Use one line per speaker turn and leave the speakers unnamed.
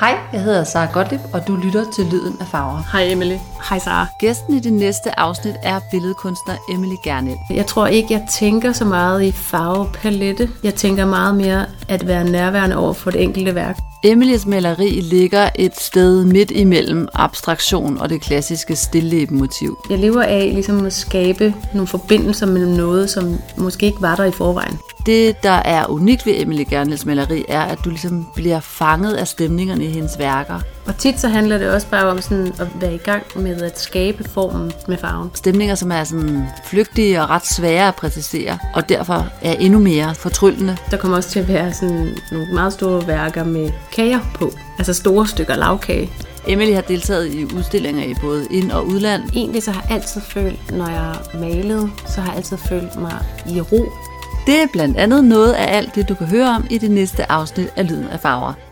Hej, jeg hedder Sara Gottlieb, og du lytter til Lyden af Farver.
Hej Emily.
Hej Sara.
Gæsten i det næste afsnit er billedkunstner Emily Gernel.
Jeg tror ikke, jeg tænker så meget i farvepalette. Jeg tænker meget mere at være nærværende over for det enkelte værk.
Emilys maleri ligger et sted midt imellem abstraktion og det klassiske stillebemotiv.
Jeg lever af ligesom at skabe nogle forbindelser mellem noget, som måske ikke var der i forvejen.
Det, der er unikt ved Emily Gernels maleri, er, at du ligesom bliver fanget af stemningerne i hendes værker.
Og tit så handler det også bare om sådan at være i gang med at skabe formen med farven.
Stemninger, som er sådan flygtige og ret svære at præcisere, og derfor er endnu mere fortryllende.
Der kommer også til at være sådan nogle meget store værker med kager på. Altså store stykker lavkage.
Emily har deltaget i udstillinger i både ind- og udland.
Egentlig så har jeg altid følt, når jeg malede, så har jeg altid følt mig i ro
Det er blandt andet noget af alt det, du kan høre om i det næste afsnit af Lyden af Farver.